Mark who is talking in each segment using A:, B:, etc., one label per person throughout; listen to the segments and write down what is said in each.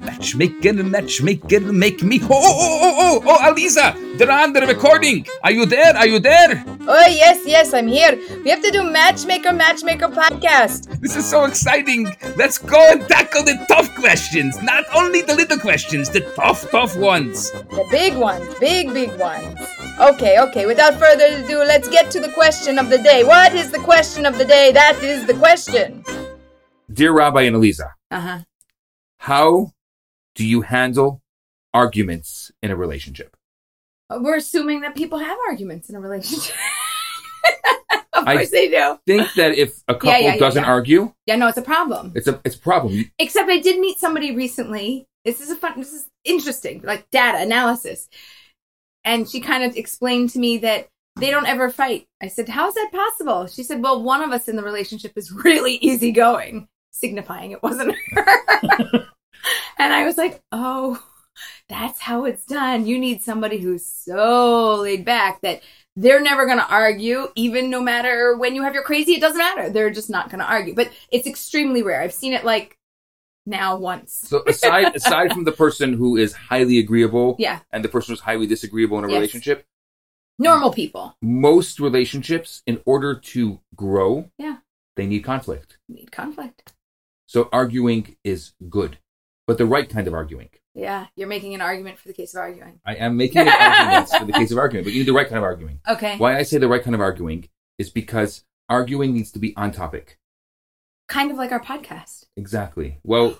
A: matchmaker, matchmaker, make me. Oh, oh, oh, oh, oh, oh, Aliza, they're on the recording. Are you there? Are you there?
B: Oh, yes, yes, I'm here. We have to do Matchmaker Matchmaker podcast.
A: This is so exciting. Let's go and tackle the tough questions. Not only the little questions, the tough, tough ones.
B: The big ones, big, big ones. Okay, okay, without further ado, let's get to the question of the day. What is the question of the day? That is the question.
A: Dear Rabbi and Aliza,
B: Uh huh.
A: how do you handle arguments in a relationship?
B: We're assuming that people have arguments in a relationship. of
A: I-
B: course they do.
A: Think that if a couple
B: yeah, yeah,
A: doesn't
B: yeah.
A: argue,
B: Yeah, no, it's a problem.
A: it's a it's a problem.
B: Except I did meet somebody recently. This is a fun. This is interesting, like data analysis. And she kind of explained to me that they don't ever fight. I said, "How is that possible?" She said, "Well, one of us in the relationship is really easygoing," signifying it wasn't her. and I was like, "Oh, that's how it's done. You need somebody who's so laid back that." They're never going to argue, even no matter when you have your crazy, it doesn't matter. They're just not going to argue. But it's extremely rare. I've seen it like now once.
A: So aside aside from the person who is highly agreeable
B: Yeah.
A: and the person who's highly disagreeable in a
B: Yes.
A: relationship,
B: Normal people
A: most relationships in order to grow,
B: Yeah.
A: they need conflict.
B: need conflict.
A: So arguing is good, but the right kind of arguing.
B: Yeah, you're making an argument for the case of arguing.
A: I am making an argument for the case of arguing, but you need the right kind of arguing.
B: Okay.
A: Why I say the right kind of arguing is because arguing needs to be on topic.
B: Kind of like our podcast.
A: Exactly. Well,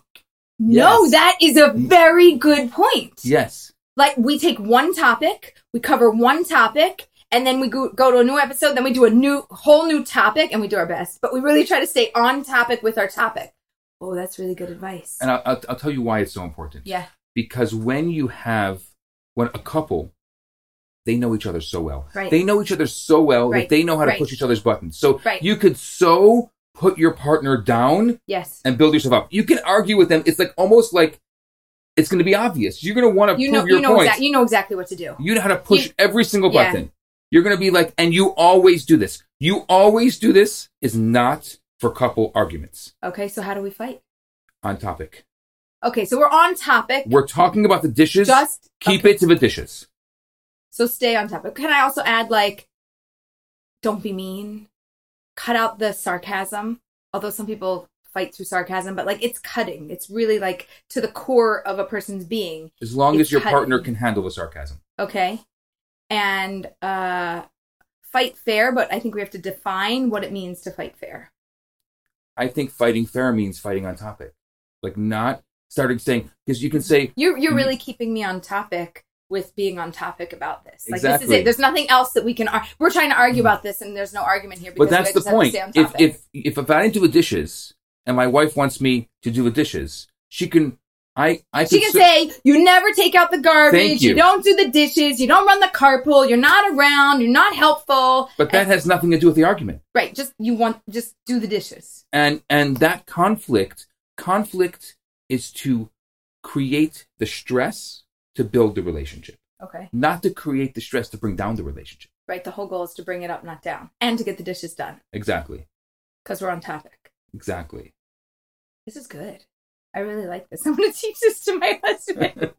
B: No,
A: Yes.
B: that is a very good point.
A: yes.
B: Like we take one topic, we cover one topic, and then we go, go to a new episode, then we do a new whole new topic and we do our best. But we really try to stay on topic with our topic. Oh, that's really good advice.
A: And I'll, I'll, I'll tell you why it's so important.
B: Yeah.
A: because when you have when a couple they know each other so well
B: Right.
A: they know each other so well that
B: Right.
A: they know how to
B: Right.
A: push each other's buttons so
B: Right.
A: you could so put your partner down
B: Yes.
A: and build yourself up you can argue with them it's like almost like it's going to be obvious you're going to want to
B: You
A: prove
B: know
A: your
B: you know
A: point
B: exactly you know exactly what to do.
A: you know how to push
B: You-
A: every single
B: Yeah.
A: button you're going to be like and you always do this you always do this is not for couple arguments
B: Okay, so how do we fight?
A: on topic
B: Okay, so we're on topic.
A: we're talking about the dishes
B: Just
A: keep it to the dishes
B: So stay on topic. Can I also add like don't be mean. Cut out the sarcasm. Although some people fight through sarcasm, but like it's cutting. It's really like to the core of a person's being,
A: as long
B: It's
A: as your
B: cut-
A: partner can handle the sarcasm.
B: okay? And uh fight fair, but I think we have to define what it means to fight fair.
A: I think fighting fair means fighting on topic, like not starting saying because you can say
B: You're you're
A: Mhm.
B: really keeping me on topic with being on topic about this. Like this is
A: Exactly. Mm-hmm.
B: it. There's nothing else that we can ar- we're trying to argue about this and there's no argument here
A: but
B: because
A: that's
B: we
A: the
B: just have
A: point.
B: to stay on
A: If
B: topic.
A: if if if I didn't do the dishes and my wife wants me to do the dishes, she can I I
B: She can
A: so-
B: say, you never take out the garbage,
A: Thank
B: you.
A: you.
B: don't do the dishes, you don't run the carpool, you're not around, you're not helpful.
A: but that has nothing to do with the argument.
B: Right, just you want just do the dishes.
A: And and that conflict conflict is to create the stress to build the relationship,
B: Okay.
A: not to create the stress to bring down the relationship.
B: Right, the whole goal is to bring it up, not down, and to get the dishes done
A: Exactly,
B: because we're on topic.
A: exactly.
B: This is good. I really like this. I'm going to teach this to my husband.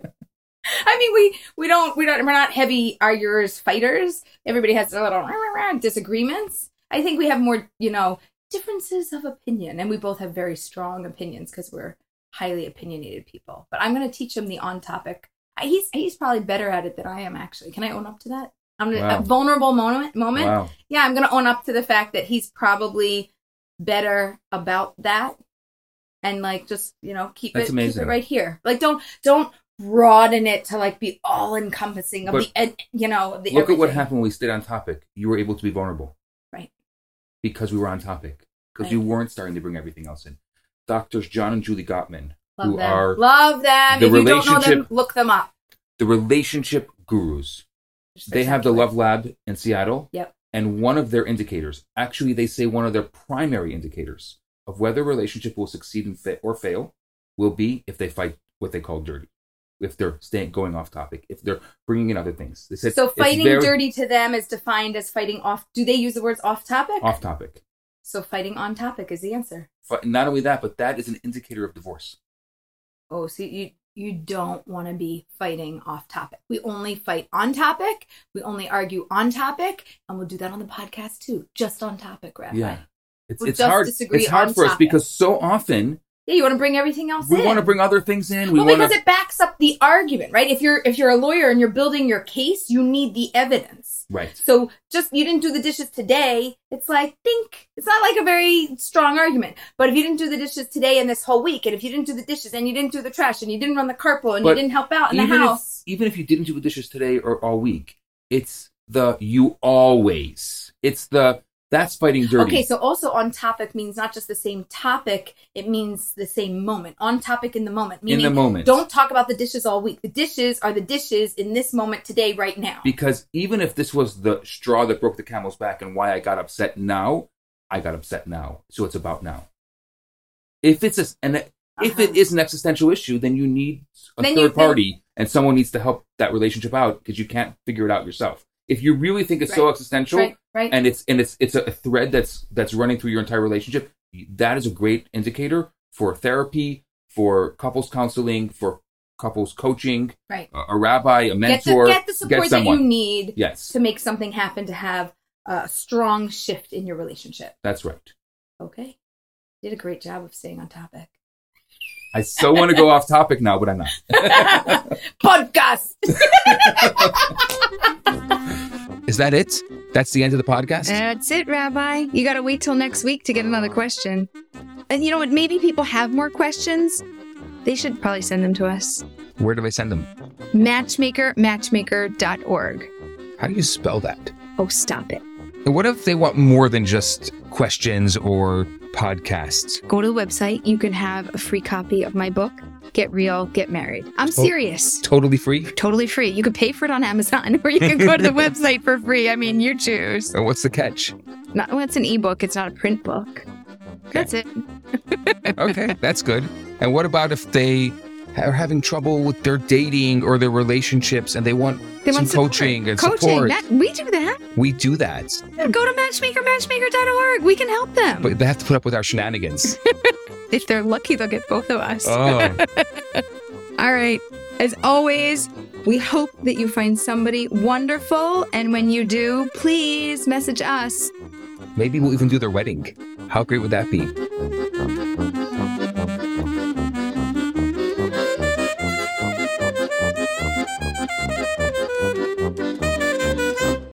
B: I mean, we we don't we don't we're not heavy arguers, fighters. Everybody has their little rah, rah, rah, disagreements. I think we have more, you know, differences of opinion, and we both have very strong opinions because we're highly opinionated people. But I'm going to teach him the on topic. I- He's he's probably better at it than I am actually. Can I own up to that? I'm gonna,
A: Wow.
B: a vulnerable moment moment
A: Wow.
B: yeah, I'm going to own up to the fact that he's probably better about that and like just, you know, keep
A: That's
B: it keep
A: amazing.
B: it right here. Like don't don't broaden it to like be all encompassing of
A: But
B: the ed, you know, the
A: Look at what
B: everything.
A: happened when we stayed on topic. You were able to be vulnerable.
B: Right.
A: Because we were on topic. Because
B: Right.
A: you weren't starting to bring everything else in. Doctors John and Julie Gottman,
B: Love
A: who
B: them.
A: are
B: Love them.
A: the
B: if you don't know them,
A: relationship-
B: look them up.
A: the relationship gurus, they have the Love Lab in Seattle.
B: Yep.
A: And one of their indicators, actually, they say one of their primary indicators of whether a relationship will succeed and fa- or fail will be if they fight what they call dirty, if they're staying going off topic, if they're bringing in other things. They said
B: So
A: it's
B: fighting
A: very
B: dirty to them is defined as fighting off. Do they use the words off topic?
A: off topic.
B: So fighting on topic is the answer.
A: Fi- Not only that, but that is an indicator of divorce.
B: Oh, see, you you don't want to be fighting off topic. We only fight on topic. We only argue on topic, and we'll do that on the podcast too, just on topic, Rabbi.
A: Yeah. It's,
B: We'll
A: it's
B: just
A: hard.
B: disagree
A: It's hard
B: on
A: for us
B: topic.
A: because so often
B: Yeah, you want to bring everything else
A: we
B: in.
A: want to bring other things in. We
B: well,
A: want
B: because
A: to.
B: it backs up the argument, right? If you're if you're a lawyer and you're building your case, you need the evidence.
A: Right.
B: So just you didn't do the dishes today, it's like think. It's not like a very strong argument. But if you didn't do the dishes today and this whole week, and if you didn't do the dishes and you didn't do the trash and you didn't run the carpool and
A: But
B: you didn't help out in the
A: even
B: house,
A: If, even if you didn't do the dishes today or all week, it's the you always. It's the that's fighting dirty.
B: okay. So also on topic means not just the same topic; it means the same moment. On topic in the moment,
A: in
B: meaning
A: the moment.
B: don't talk about the dishes all week. The dishes are the dishes in this moment today, right now.
A: because even if this was the straw that broke the camel's back and why I got upset now, I got upset now. So it's about now. If it's a, an if
B: Uh-huh.
A: it is an existential issue, then you need a
B: Then you
A: third
B: think-
A: party and someone needs to help that relationship out because you can't figure it out yourself. If you really think it's so
B: Right.
A: existential
B: right, right.
A: and it's and it's it's a thread that's that's running through your entire relationship, that is a great indicator for therapy, for couples counseling, for couples coaching,
B: Right.
A: a, a rabbi, a
B: Get
A: mentor,
B: the, get the support that
A: someone.
B: you need
A: Yes,
B: to make something happen to have a strong shift in your relationship.
A: that's right.
B: Okay. Did a great job of staying on topic.
A: I so want to go off topic now, but I'm not.
B: Podcast.
A: Is that it? That's the end of the podcast?
C: That's it, Rabbi. You got to wait till next week to get another question. And you know what? Maybe people have more questions. They should probably send them to us.
A: Where do I send them?
C: Matchmaker, matchmaker.org.
A: How do you spell that?
C: Oh, stop it.
A: And what if they want more than just questions or podcasts?
C: Go to the website. You can have a free copy of my book, Get Real, Get Married.
A: Oh.
C: I'm serious.
A: Totally free?
C: Totally free. You can pay for it on Amazon or you can go to the website for free. I mean, you choose.
A: And what's the catch?
C: Not, well, it's an ebook, it's not a print book. That's it.
A: Okay, that's good. And what about if they are having trouble with their dating or their relationships and they want
C: They
A: some
C: want support.
A: coaching and
C: Coaching.
A: support?
C: That, we do that.
A: We do that,
C: Go to matchmaker, matchmaker.org. We can help them.
A: but they have to put up with our shenanigans.
C: if they're lucky, they'll get both of us.
A: oh,
C: All right. As always, we hope that you find somebody wonderful. And when you do, please message us.
A: maybe we'll even do their wedding. How great would that be?